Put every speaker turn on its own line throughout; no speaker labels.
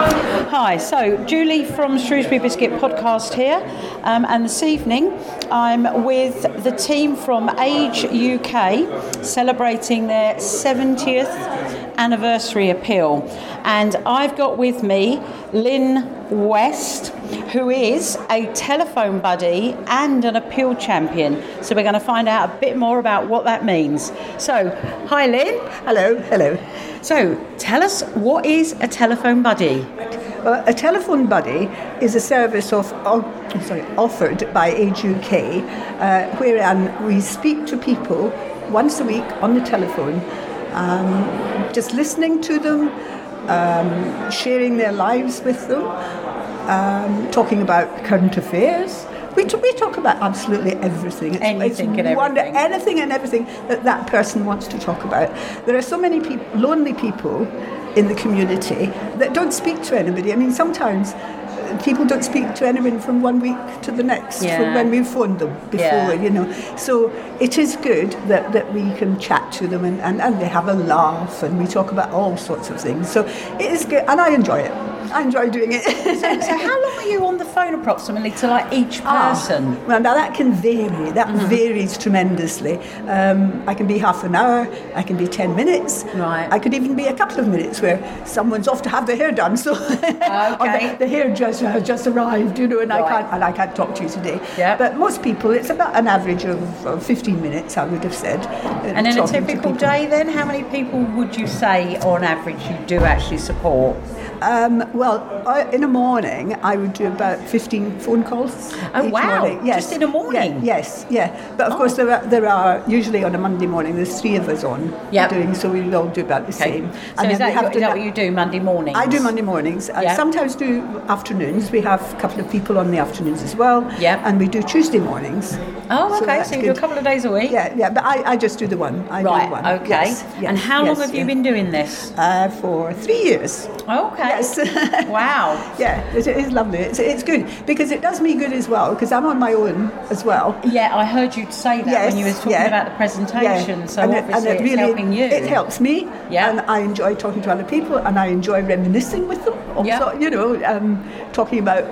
Hi, so Julie from Shrewsbury Biscuit podcast here, um, and this evening I'm with the team from Age UK celebrating their 70th anniversary appeal. And I've got with me Lynn West, who is a telephone buddy and an appeal champion. So we're going to find out a bit more about what that means. So, hi Lynn.
Hello, hello.
So, tell us what is a telephone buddy?
Well, Uh, a telephone buddy is a service of, of sorry, offered by Age UK, uh, wherein we speak to people once a week on the telephone, um, just listening to them, um, sharing their lives with them, um, talking about current affairs. We, t- we talk about absolutely everything. It's,
Anything
it's
and
wonder-
everything.
anything and everything that that person wants to talk about. There are so many peop lonely people in the community that don't speak to anybody. I mean, sometimes uh, people don't speak to anyone from one week to the next
Yeah.
from when we phoned them before,
Yeah.
you know. So it is good that, that we can chat to them and, and, and they have a laugh and we talk about all sorts of things. So it is good and I enjoy it. I enjoy doing it.
So, how long were you on the phone approximately to like each person? Mm-hmm.
Ah, well, now that can vary. That varies tremendously. Um, I can be half an hour. I can be ten minutes.
Right.
I could even be a couple of minutes where someone's off to have their hair done. So, or
Okay.
the, the hairdresser has just arrived, you know, and
Right.
I can't and I can't talk to you today.
Yep.
But most people, it's about an average of, of fifteen minutes. I would have said. uh,
And in a typical day, then, how many people would you say on average you do actually support?
Um, well, I, in a morning, I would do about 15 phone calls.
Oh,
each
wow.
Morning. Yes.
Just in a morning? Oh.
Yeah, yes, yeah. But of course, there are, there are, usually on a Monday morning, there's three of us on
Yep.
doing, so we would all do about the same.
So is that,
we
your, is that
na-
what you do Monday morning?
I do Monday mornings. I
Yeah.
sometimes do afternoons. We have a couple of people on the afternoons as well.
Yeah.
And we do Tuesday mornings.
Oh, okay.
that's
So, you do a
good.
couple of days a week.
Yeah, yeah. But I, I just do the one. I
Right.
do one.
Okay.
Yes,
and
yes,
how long
yes,
have you
yeah.
been doing this?
Uh, for three years.
Okay.
Yes.
wow.
Yeah, it it is lovely. It's, it's good because it does me good as well because I'm on my own as well.
Yeah, I heard you say that when you were
Yes,
talking
yeah.
about the presentation. So
and
obviously
it
it's helping you.
It helps me.
Yeah.
And I enjoy talking to other people and I enjoy reminiscing with them. Also,
Yeah.
You know, um, talking about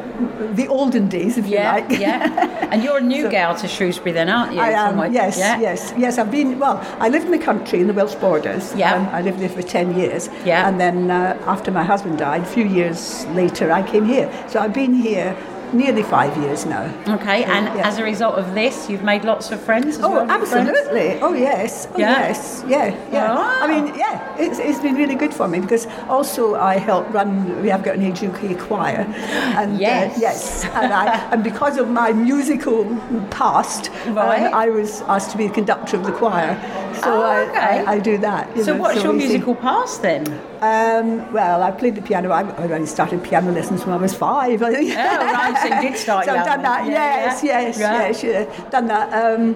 the olden days, if
Yeah,
you like.
yeah. And you're a new
So-
gal to Shrewsbury, then, aren't you?
I
From what-
am, yes,
yeah.
yes, yes. I've been, well, I lived in the country, in the Welsh borders.
Yeah.
Um, I lived there for 10 years.
Yeah.
And then uh, after my husband died, a few years later, I came here. So I've been here nearly five years now.
Okay, and
Yeah.
as a result of this, you've made lots of friends. As
Oh,
well, new friends?
absolutely. Oh, yes. Oh,
Yeah. Ah.
yes. Yeah. Yeah.
Wow.
I mean, yeah, it's, it's been really good for me because also I help run, we have got an Age UK choir. And, uh,
Yes.
yes. And, I, and because of my musical past, um,
Right.
I was asked to be the conductor of the choir. So
Oh,
I,
okay.
I, I do that. you
So,
know,
what's your
we sing.
musical past then?
Um, well, I played the piano. I, I only started piano lessons when I was five. I think.
Oh, right, so you did start
So I've
young.
done that.
Yeah,
yes,
yeah.
yes,
Right.
yes, yeah. Done that. Um,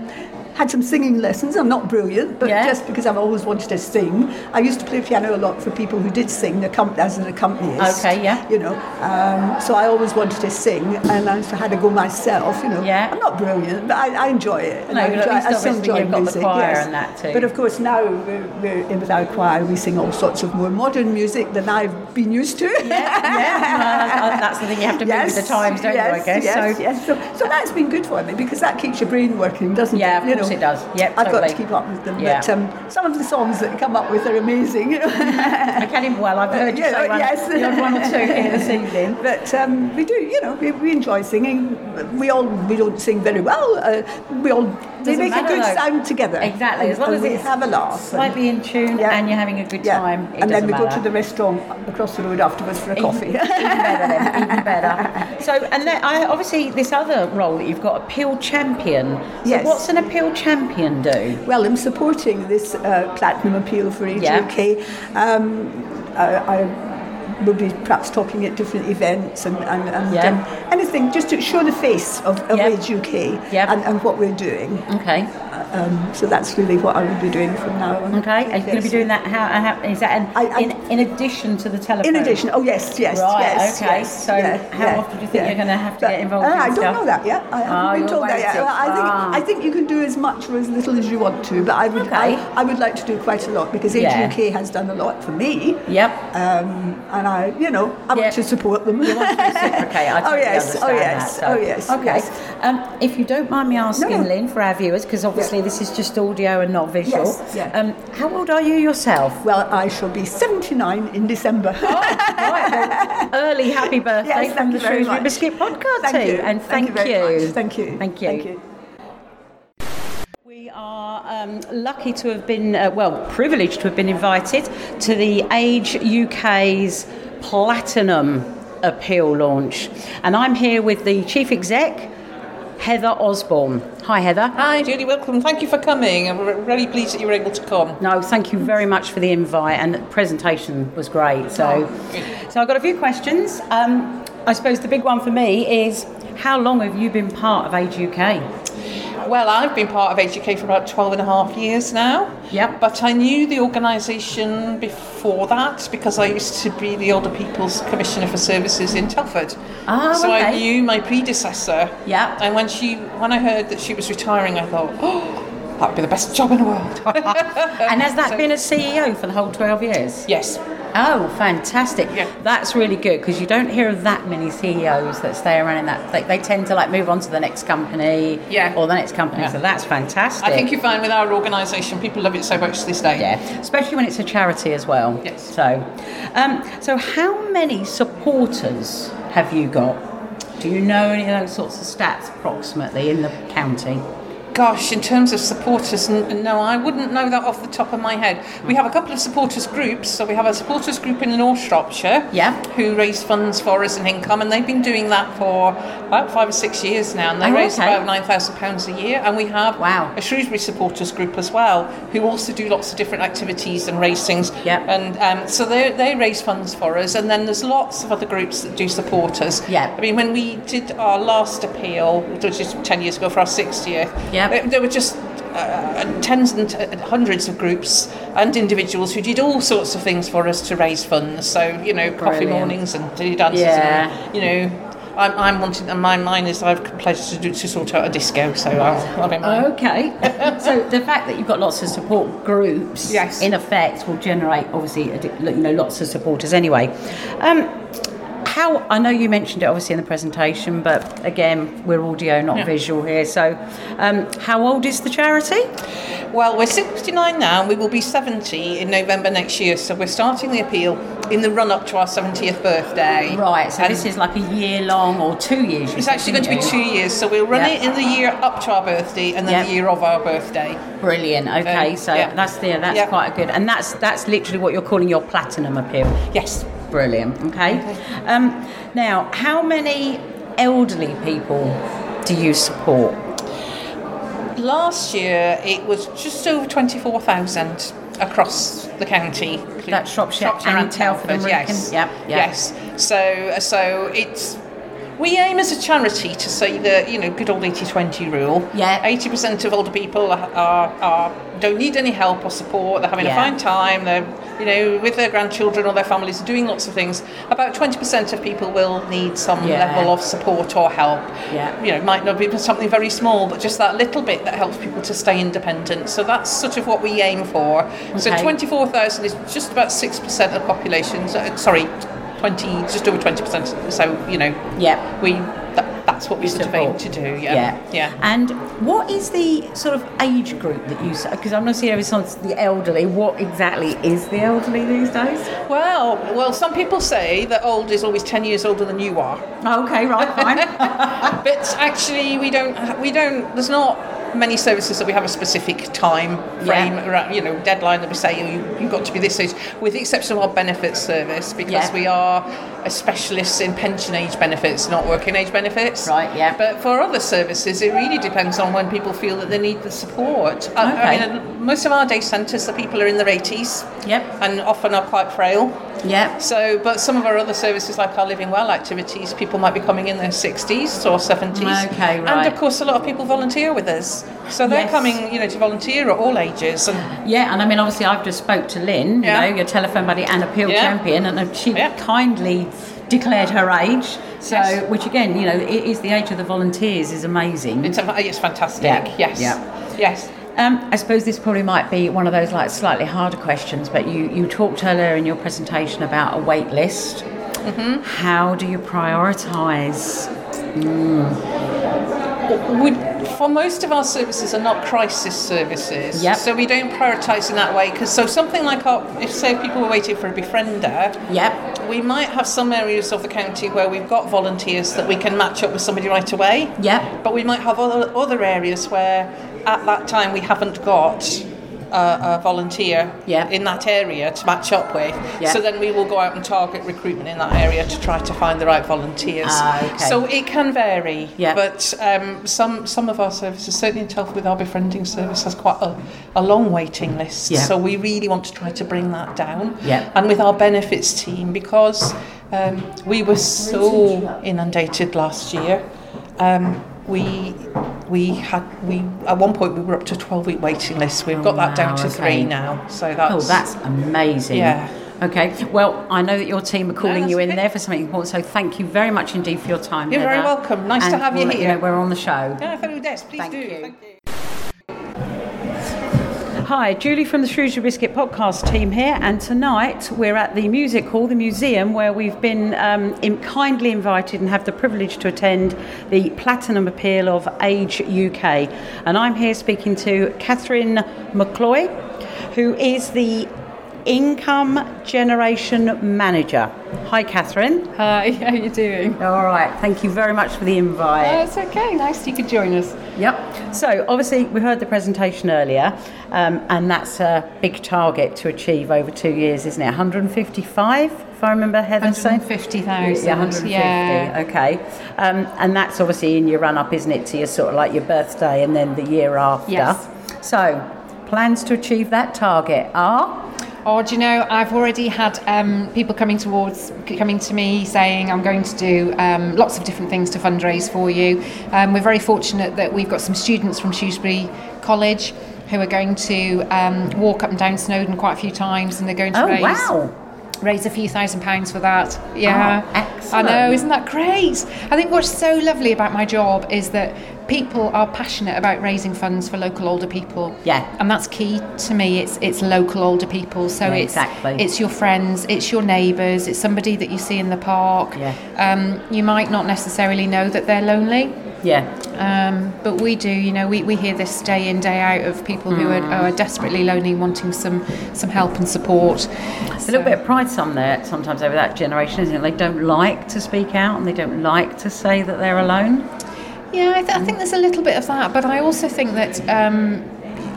had some singing lessons. I'm not brilliant, but
Yeah.
just because I've always wanted to sing. I used to play piano a lot for people who did sing accom- as an accompanist.
Okay, yeah.
You know, um, so I always wanted to sing, and I also had to go myself. You know,
Yeah.
I'm not brilliant, but I, I enjoy it. and
No,
I
but at
enjoy,
least
I
obviously
still enjoy
you've got the
music,
choir
yes.
and that too.
But of course, now we're, we're in with our choir, we sing all sorts of more modern music than I've been used to.
yeah, well, that's the thing you have to move with the times, don't
yes,
you? I guess.
Yes,
so,
yes. So, so that's been good for me because that keeps your brain working, doesn't
Yeah,
it?
of course it does. Yep,
I've got
totally.
to keep up with them.
Yeah.
But um, some of the songs that come up with are amazing. you know.
I can even well. I've heard you
Yeah,
say one,
yes.
the odd one or two here this evening.
But um, we do, you know, we, we enjoy singing. We all we don't sing very well. Uh, we all we
Doesn't
make a
matter,
good
though.
sound together.
Exactly,
And-
as long
and
as
we
it's
have a laugh.
Slightly in tune,
Yeah.
and you're having a good
Yeah.
time. It
and then
doesn't
we go
matter.
to the restaurant across the road afterwards for a coffee.
Even, even better, then, even better. So, and then I obviously this other role that you've got, appeal champion. So
Yes.
What's an appeal champion do?
Well, I'm supporting this uh, platinum appeal for Age
Yeah.
UK. Um, I, I will be perhaps talking at different events and, and, and
Yeah.
um, anything just to show the face of, of
Yep.
Age UK
Yep.
and, and what we're doing.
Okay.
Um, so that's really what I will be doing from now on.
Okay, are you going to be
Yes.
doing that? How, how is that? An,
I- I-
in, in addition to the telephone.
In addition, oh yes, yes,
Right,
yes.
okay.
yes,
So
yeah,
how
yeah,
often do you think
yeah.
you're gonna have to get involved
Uh,
in
I don't
stuff?
know that yet. I haven't
Oh,
been
you're
told that yet.
waiting.
I think
Ah.
I think you can do as much or as little as you want to, but I would
Okay.
I, I would like to do quite a lot because
Yeah.
HUK has done a lot for me.
Yep.
Um, and I, you know, I
Yeah.
want to support them.
You want to reciprocate. I
oh
totally
yes,
understand
oh yes,
that. so-
oh yes.
Okay.
yes.
Um, if you don't mind me asking,
No.
Lynn, for our viewers, because obviously this is just audio and not visual.
Yes, yeah.
Um, how old are you yourself?
Well, I shall be 79 in December.
Oh, right, well, early happy birthday
Yes,
from
thank
the
you very
Shrewsbury
much.
Biscuit podcast
thank
team,
you.
and thank,
you. very
you.
much. Thank you.
Thank you.
Thank you.
We are um, lucky to have been, uh, well, privileged to have been invited to the Age UK's Platinum Appeal launch. And I'm here with the Chief Exec, Heather Osborne. Hi, Heather.
Hi, Julie, welcome. Thank you for coming. I'm re- really pleased that you were able to come.
No, thank you very much for the invite, and the presentation was great. So, so I've got a few questions. Um, I suppose the big one for me is how long have you been part of Age UK?
Well, I've been part of HUK for about 12 and a half years now.
Yep.
But I knew the organisation before that because I used to be the Older People's Commissioner for Services in Telford.
Ah,
so I
okay.
knew my predecessor.
Yep.
And when she, when I heard that she was retiring, I thought, oh, that'd be the best job in the world.
And has that been a CEO for the whole 12 years?
yes.
Oh, fantastic.
Yeah.
That's really good because you don't hear of that many CEOs that stay around in that. They, they tend to like move on to the next company
Yeah.
or the next company.
Yeah.
So that's fantastic.
I think you find with our organisation, people love it so much to this day.
Yeah, especially when it's a charity as well.
Yes.
So, um, so how many supporters have you got? Do you know any of those sorts of stats approximately in the county?
Gosh, in terms of supporters, n- no, I wouldn't know that off the top of my head. We have a couple of supporters groups. So we have a supporters group in North Shropshire,
Yeah.
who raise funds for us in income, and they've been doing that for about five or six years now, and
Oh,
they raise
okay.
about nine thousand pounds a year. And we have
Wow.
a Shrewsbury supporters group as well, who also do lots of different activities and racings.
Yeah.
and um, so they they raise funds for us, and then there's lots of other groups that do support us.
Yeah.
I mean, when we did our last appeal, which is 10 years ago for our 60th,
Yeah.
there, there were just uh, tens and t- hundreds of groups and individuals who did all sorts of things for us to raise funds. So, you know, coffee
Brilliant.
mornings and tea dances.
Yeah.
And, you know, I'm, I'm wanting, and my mine is I've pledged to, do, to sort out a disco, so I'll,
Oh.
I'll be mine.
Okay. so the fact that you've got lots of support groups,
Yes.
in effect, will generate obviously a di- you know lots of supporters anyway. Um, how I know you mentioned it obviously in the presentation, but again, we're audio, not visual here. So, um, how old is the charity?
Well, we're 69 now, and we will be 70 in November next year, so we're starting the appeal in the run up to our 70th birthday.
Right. So
And-
this is like a year long or two years. you
It's
said,
actually going to be
didn't
two
you?
years, so we'll run
Yeah.
it in the year up to our birthday and then
Yeah.
the year of our birthday.
Brilliant. Okay.
Um,
so
yeah.
that's the that's
Yeah.
quite a good, and that's that's literally what you're calling your platinum appeal.
Yes.
Brilliant. Okay. Um, now, how many elderly people do you support?
Last year it was just over 24,000 across the county.
That's Shropshire and Telford and Wrexham.
yes.
Yep, yep.
Yes. So, so it's. We aim as a charity to say the you know good old 80-20 rule.
Yeah.
80% of older people are, are, are don't need any help or support. They're having
Yeah.
a fine time. They're you know with their grandchildren or their families doing lots of things. About 20% of people will need some
Yeah.
level of support or help.
Yeah.
You know, it might not be something very small, but just that little bit that helps people to stay independent. So that's sort of what we aim for. So
Okay.
24,000 is just about 6% of the population. So, uh, sorry, 20, just over 20%. So, you know,
Yep.
we that, that's what we sort of aim to do. Yeah.
yeah. And what is the sort of age group that you? Because I'm not seeing every someone's the elderly. What exactly is the elderly these days?
Well, well, some people say that old is always 10 years older than you are.
Okay. Right. Fine.
But actually, we don't. We don't. There's not many services that we have a specific time frame,
Yeah.
around, you know, deadline that we say oh, you, you've got to be this age. With the exception of our benefits service, because
Yeah.
we are a specialist in pension age benefits, not working age benefits.
Right, yeah.
But for other services, it really depends on when people feel that they need the support. I,
Okay.
I mean, most of our day centres, the people are in their 80s
yep.
and often are quite frail.
Yeah.
So, but some of our other services, like our Living Well activities, people might be coming in their 60s or 70s.
Okay, right.
And of course, a lot of people volunteer with us. So they're
Yes.
coming, you know, to volunteer at all ages. And
Yeah, and I mean, obviously, I've just spoke to Lynn,
Yeah.
you know, your telephone buddy and appeal
Yeah.
champion, and uh, she
Yeah.
kindly declared her age. So,
Yes.
which again, you know, it is the age of the volunteers is amazing.
it's, a- it's fantastic.
Yeah,
Yes.
yeah.
Yes.
Um, I suppose this probably might be one of those like slightly harder questions, but you, you talked earlier in your presentation about a wait list.
Mm-hmm.
How do you prioritise?
we, for most of our services are not crisis services.
Yep.
So we don't prioritise in that way. Because so something like our, if say people were waiting for a befriender,
Yep.
we might have some areas of the county where we've got volunteers that we can match up with somebody right away.
Yep.
But we might have other, other areas where at that time we haven't got a, a volunteer
Yeah.
in that area to match up with.
Yeah.
So then we will go out and target recruitment in that area to try to find the right volunteers.
Ah, okay.
So it can vary,
Yeah.
but um, some some of our services, certainly in Telford with our befriending service, has quite a, a long waiting list.
Yeah.
So we really want to try to bring that down.
Yeah.
And with our benefits team, because um, we were so inundated last year, um, we we had we at one point we were up to twelve week waiting list. We've got that down
Oh, wow,
to
okay.
three now. So that's
Oh, that's amazing.
Yeah.
Okay. Well, I know that your team are calling
that's
you in
okay.
there for something important, so thank you very much indeed for your time.
You're very
Heather.
welcome. Nice to
And
have you
we'll let
here.
know we're on the show.
yeah, if anyone does, please
Thank
do.
you.
Thank you.
Hi, Julie from the Shrewsbury Biscuit podcast team here, and tonight we're at the Music Hall, the museum, where we've been um, im- kindly invited and have the privilege to attend the Platinum Appeal of Age UK. And I'm here speaking to Catherine McCloy, who is the Income Generation Manager. Hi, Catherine.
Hi, Uh, how you doing?
All right, thank you very much for the invite.
Uh, it's okay, nice you could join us.
Yep. So obviously we heard the presentation earlier, um, and that's a big target to achieve over two years, isn't it? 155, if I remember Heather saying.
150,000.
Yeah, 150. Okay, um, and that's obviously in your run-up, isn't it? To your sort of like your birthday, and then the year after.
Yes.
So, plans to achieve that target are
Or Oh, do you know, I've already had um, people coming towards, coming to me saying I'm going to do um, lots of different things to fundraise for you. Um, we're very fortunate that we've got some students from Shrewsbury College who are going to um, walk up and down Snowdon quite a few times and they're going to
oh
raise
wow,
raise a few thousand pounds for that. Yeah.
Oh, excellent.
I know, isn't that great? I think what's so lovely about my job is that people are passionate about raising funds for local older people.
Yeah.
And that's key to me. It's it's local older people. So
Yeah,
it's
exactly.
it's your friends, it's your neighbours, it's somebody that you see in the park.
Yeah.
Um, you might not necessarily know that they're lonely.
yeah,
Um, but we do, you know, we, we hear this day in, day out of people who are,
Mm.
are desperately lonely, wanting some, some help and support.
It's a little bit of pride some there sometimes over that generation, isn't it? They don't like to speak out, and they don't like to say that they're alone.
Yeah, I, th- I think there's a little bit of that, but I also think that um,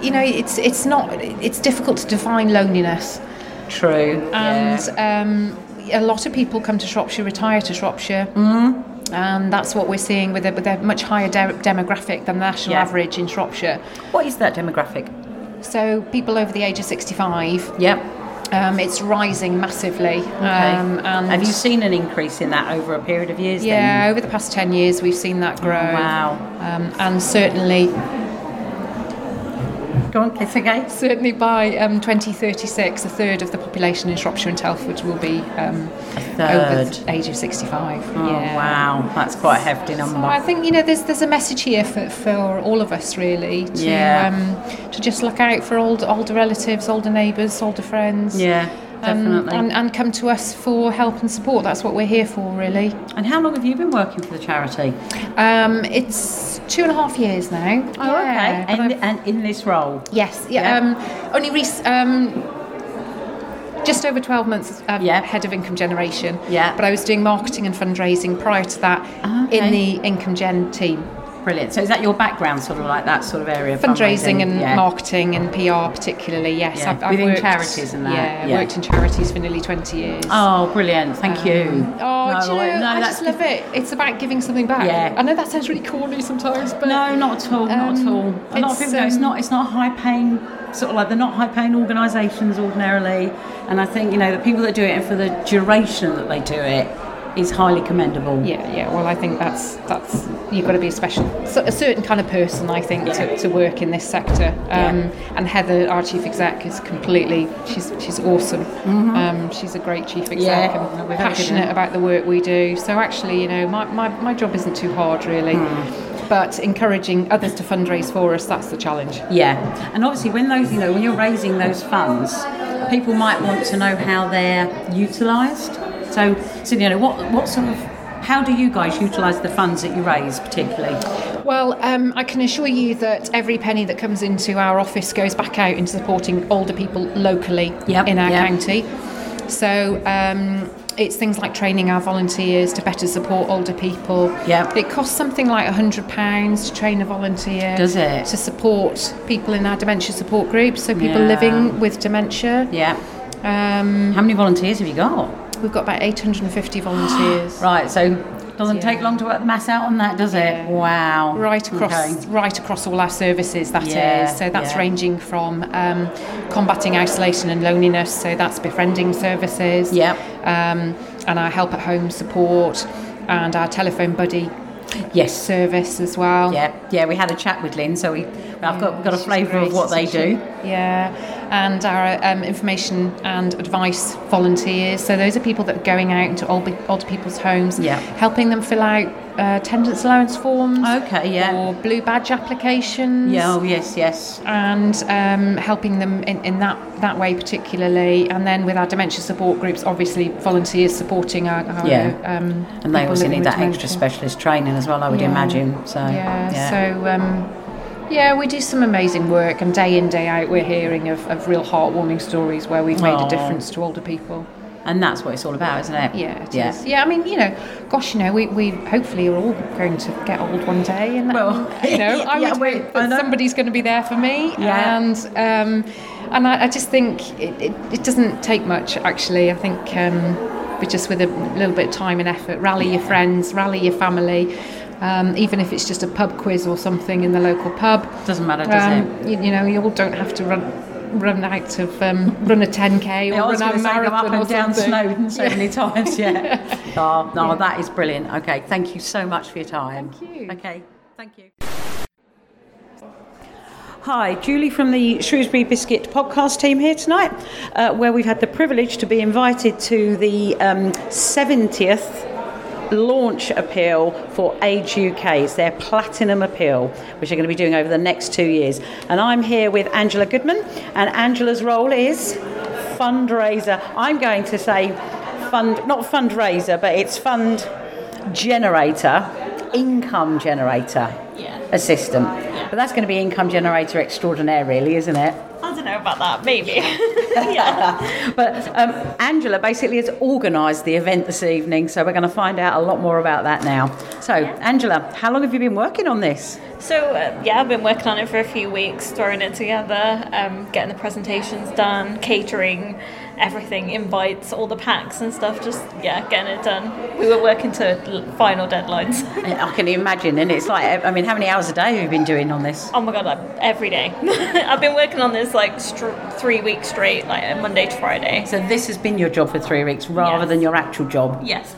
you know it's it's not it's difficult to define loneliness,
True.
and um, a lot of people come to Shropshire, retire to Shropshire.
Mm-hmm.
And that's what we're seeing with a, with a much higher de- demographic than the national
Yeah.
average in Shropshire.
What is that demographic?
So people over the age of 65,
Yep.
um, it's rising massively.
Okay.
Um, and
Have you seen an increase in that over a period of years?
Yeah, over the past 10 years we've seen that grow.
Oh, wow.
Um, and certainly
Then? Go on, kiss again.
Certainly by um, 2036, a third of the population in Shropshire and Telford will be um, over
third.
the age of 65.
Oh
yeah.
wow, that's quite a hefty
So
number.
I think you know there's there's a message here for, for all of us really to
Yeah.
um, to just look out for old, older relatives, older neighbours, older friends.
yeah,
um,
definitely.
and, and come to us for help and support. That's what we're here for, really.
and how long have you been working for the charity?
Um, it's two and a half years now. Yeah, Oh, but
Oh, And,
I've-
and in this role.
Yes, yeah.
Yeah.
Um, only rec- um, just over 12 months um,
Yeah.
head of income generation.
Yeah.
But I was doing marketing and fundraising prior to that
Ah, okay.
in the income gen team.
Brilliant. So is that your background, sort of like that sort of area?
Fundraising and
yeah.
marketing and PR, particularly, yes.
Yeah, within charities and that,
Yeah,
yeah.
worked in charities for nearly 20 years.
Oh, brilliant! Thank you.
Oh, do you
I-
know, I
that's
just love it. It's about giving something back.
Yeah.
I know that sounds really corny sometimes, but
No, not at all. Not at
Um,
all. A lot of
it's,
people go. It's
um,
not. It's not a high-paying
sort of like they're not high paying organisations ordinarily, and I think you know the people that do it and for the duration that they do it is highly commendable.
Yeah, yeah. Well, I think that's that's you've got to be a special, so- a certain kind of person, I think, to, to work in this sector. Um, And Heather, our chief exec, is completely she's she's awesome. Um, she's a great chief exec
Mm-hmm. Yeah,
and
we're very good at
passionate
it.
about the work we do. So actually, you know, my, my, my job isn't too hard really,
Hmm.
but encouraging others to fundraise for us that's the challenge.
Yeah, and obviously when those you know when you're raising those funds, people might want to know how they're utilised. So, so you know what what sort of how do you guys utilise the funds that you raise particularly?
Well, um, I can assure you that every penny that comes into our office goes back out into supporting older people locally
Yep,
in our
yeah.
county. So um, it's things like training our volunteers to better support older people.
Yep.
It costs something like £100 to train a volunteer.
Does it?
To support people in our dementia support groups, so people
Yeah.
living with dementia.
Yeah,
Um,
how many volunteers have you got?
we've got about 850 volunteers.
Right, so doesn't take
Yeah.
long to work the mass out on that, does it?
Yeah.
Wow,
Right across,
Okay.
right across all our services. That is,
Yeah,
so that's
yeah.
ranging from um, combating isolation and loneliness. So that's befriending services.
Yep.
Um, and our help at home support and our telephone buddy
Yes.
service as well.
Yeah, yeah. We had a chat with Lynn, so we I've got we've got a
Um, She's
flavour of
great,
what they
isn't she?
do.
Yeah, and our um, information and advice volunteers. So those are people that are going out into old, older people's homes,
Yeah.
helping them fill out uh, attendance allowance forms.
Okay, yeah.
Or blue badge applications.
Yeah. Oh, yes, yes.
and um, helping them in, in that, that way particularly. And then with our dementia support groups, obviously volunteers supporting our, our
Yeah.
um,
And they
people
also
living
need
with
that extra
dementia.
specialist training as well. I would
Yeah.
imagine. So
yeah, so um, yeah, we do some amazing work, and day in day out, we're hearing of, of real heartwarming stories where we've made
Aw.
a difference to older people.
And that's what it's all about, isn't it?
Yeah, it is.
yeah.
Yeah, I mean, you know, gosh, you know, we, we hopefully are all going to get old one day, and that,
Well,
you know, I
yeah,
would
we-
hope
I
that
know.
somebody's going to be there for me,
Yeah.
and um, and I, I just think it, it, it doesn't take much actually. I think. Um, but just with a little bit of time and effort, rally your friends, rally your family, um, even if it's just a pub quiz or something in the local pub.
Doesn't matter, does
it? You, you know, you all don't have to run run out of um, run a 10k or
I was
run
going
a
to say go
marathon
up
or
and down
something.
Snowdon so many times. Yeah. Oh, no, that is brilliant. Okay, thank you so much for your time.
Thank you.
Okay, thank you. Hi, Julie from the Shrewsbury Biscuit podcast team here tonight, uh, where we've had the privilege to be invited to the um, 70th launch appeal for Age UK. It's their platinum appeal, which they're going to be doing over the next two years. And I'm here with Angela Goodman, and Angela's role is fundraiser. I'm going to say fund, not fundraiser, but it's fund generator, income generator assistant. But that's going to be income generator extraordinaire, really, isn't it?
I don't know about that, maybe.
But um, Angela basically has organised the event this evening, so we're going to find out a lot more about that now. So, Angela, how long have you been working on this?
so, uh, yeah, I've been working on it for a few weeks, throwing it together, um, getting the presentations done, catering, everything, invites, all the packs and stuff, just, yeah, getting it done. We were working to l- final deadlines.
I I can imagine, and it's like, I mean, how many hours a day have you been doing on this?
oh my god, like, every day. I've been working on this like str- three weeks straight, like uh, Monday to Friday.
So, this has been your job for three weeks rather
Yes.
than your actual job.
Yes,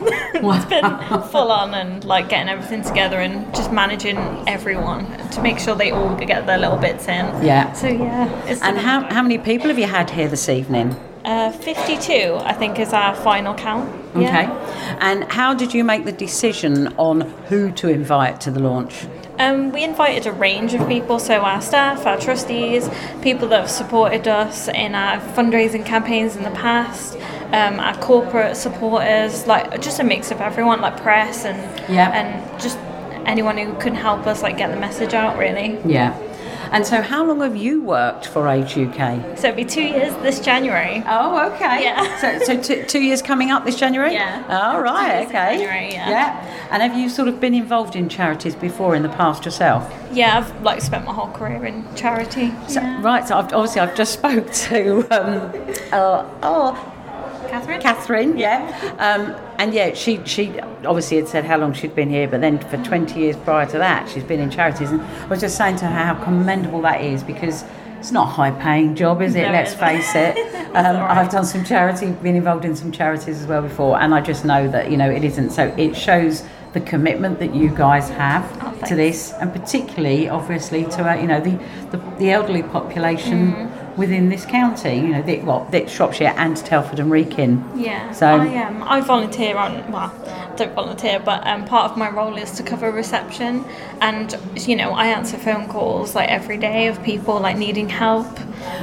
it's been full on and like getting everything together and just managing everyone to make sure they all get their little bits in.
Yeah.
So yeah. It's
And how, how many people have you had here this evening?
Uh, Fifty-two, I think, is our final count.
Okay.
Yeah.
And how did you make the decision on who to invite to the launch?
Um, we invited a range of people, so our staff, our trustees, people that have supported us in our fundraising campaigns in the past, um, our corporate supporters, like just a mix of everyone, like press and
Yeah.
and just anyone who can help us like get the message out really.
Yeah. And so, how long have you worked for Age UK?
So it'll be two years this January.
Oh, okay.
Yeah.
So, so two, two years coming up this January?
Yeah.
All right,
years in
okay.
January, yeah.
And have you sort of been involved in charities before in the past yourself?
Yeah, I've like spent my whole career in charity.
So, right, so I've, obviously I've just spoke to, um, uh, oh,
Catherine?
Catherine, yeah. Um, and yeah, she, she obviously had said how long she'd been here, but then for 20 years prior to that, she's been in charities. And I was just saying to her how commendable that is because it's not a high paying job, is it?
No,
Let's
it's-
face it. Um,
alright.
I've done some charity, been involved in some charities as well before, and I just know that you know it isn't. So it shows the commitment that you guys have
Oh,
to this, and particularly, obviously, to uh, you know the, the the elderly population
Mm-hmm.
within this county. You know, the, well, the Shropshire and Telford and Wrekin.
Yeah,
So-
I um, I volunteer on well, don't volunteer, but um, part of my role is to cover reception, and you know I answer phone calls like every day of people like needing help,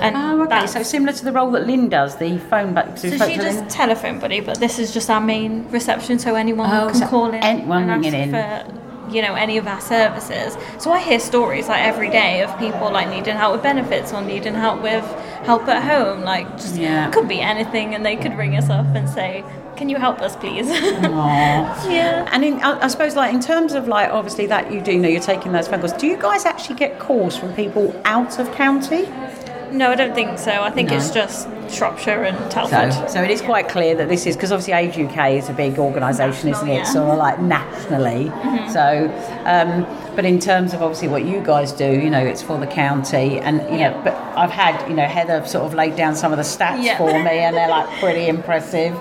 and
Oh, okay.
that's-
So similar to the role that Lynn does, the phone back.
so she does telephone buddy, but this is just our main reception, so anyone
Oh,
can
so
call in,
anyone
and ask
ringing in.
for you know any of our services. So I hear stories like every day of people like needing help with benefits or needing help with help at home, like just
Yeah.
could be anything, and they could ring us up and say, "Can you help us, please?" yeah.
And in, I, I suppose, like in terms of like obviously that you do know you're taking those phone calls. Do you guys actually get calls from people out of county?
No, I don't think so. I think it's just Shropshire and Telford.
So, so it is quite clear that this is because obviously Age UK is a big organisation, isn't it?
yeah. Mm-hmm.
Sort of like nationally. So, um, but in terms of obviously what you guys do, you know, it's for the county, and you know, but I've had you know Heather sort of laid down some of the stats
Yeah.
for me, and they're like pretty impressive.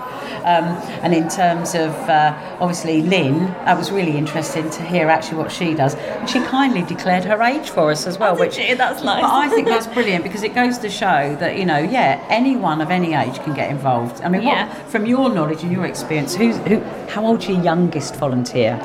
Um, and in terms of uh, obviously Lynn, that was really interesting to hear actually what she does. She kindly declared her age for us as well,
Oh, did
which
she? That's nice.
But I think that's brilliant because it goes to show that you know, yeah, anyone of any age can get involved. I mean,
Yeah.
what, from your knowledge and your experience, who's who? How old's your youngest volunteer?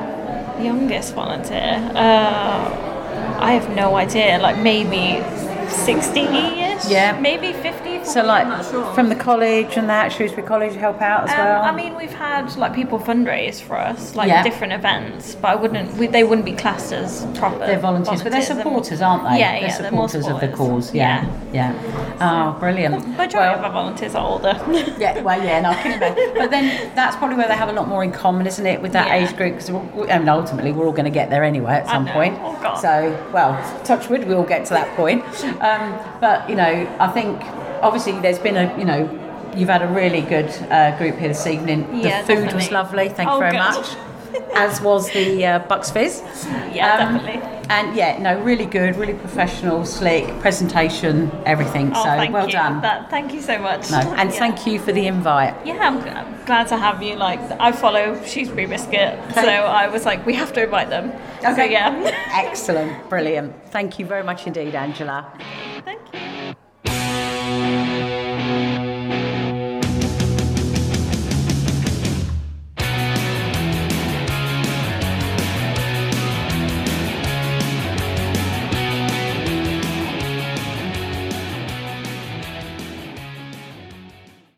Youngest volunteer. Uh, I have no idea. Like maybe 60 ish?
Yeah.
Maybe 50?
So
I'm not
like
sure.
from the college and that Shrewsbury College help out as
um,
well.
I mean, we've had like people fundraise for us, like
Yeah.
different events, but I wouldn't. We, they wouldn't be classed as proper.
they're volunteers, but they're
volunteers. um,
supporters, aren't they?
Yeah,
they're
yeah, they're more
supporters of the
supporters.
cause. Yeah, yeah. Oh, brilliant.
Majority
Well,
of our volunteers are older.
Yeah, well, yeah, no, I can imagine. But then that's probably where they have a lot more in common, isn't it, with that
Yeah.
age group? Because I mean, ultimately, we're all going to get there anyway at some
know.
point.
Oh, God.
So, well, touch wood, we all get to that point. Um, but you know, I think obviously there's been a you know. You've had a really good uh, group here this evening.
Yeah,
the food was
definitely.
lovely, thank
Oh,
you very
good.
much. As was the uh, Bucks Fizz.
Yeah,
Um,
definitely.
And yeah, no, really good, really professional, slick presentation, everything.
Oh,
so
thank
well
you.
done.
That, thank you so much.
no, and
Yeah.
thank you for the invite.
Yeah, I'm, g- I'm glad to have you. Like, I follow Shrewsbury Biscuit, so I was like, we have to invite them. So,
Okay.
yeah.
Excellent, brilliant. Thank you very much indeed, Angela.
Thank you.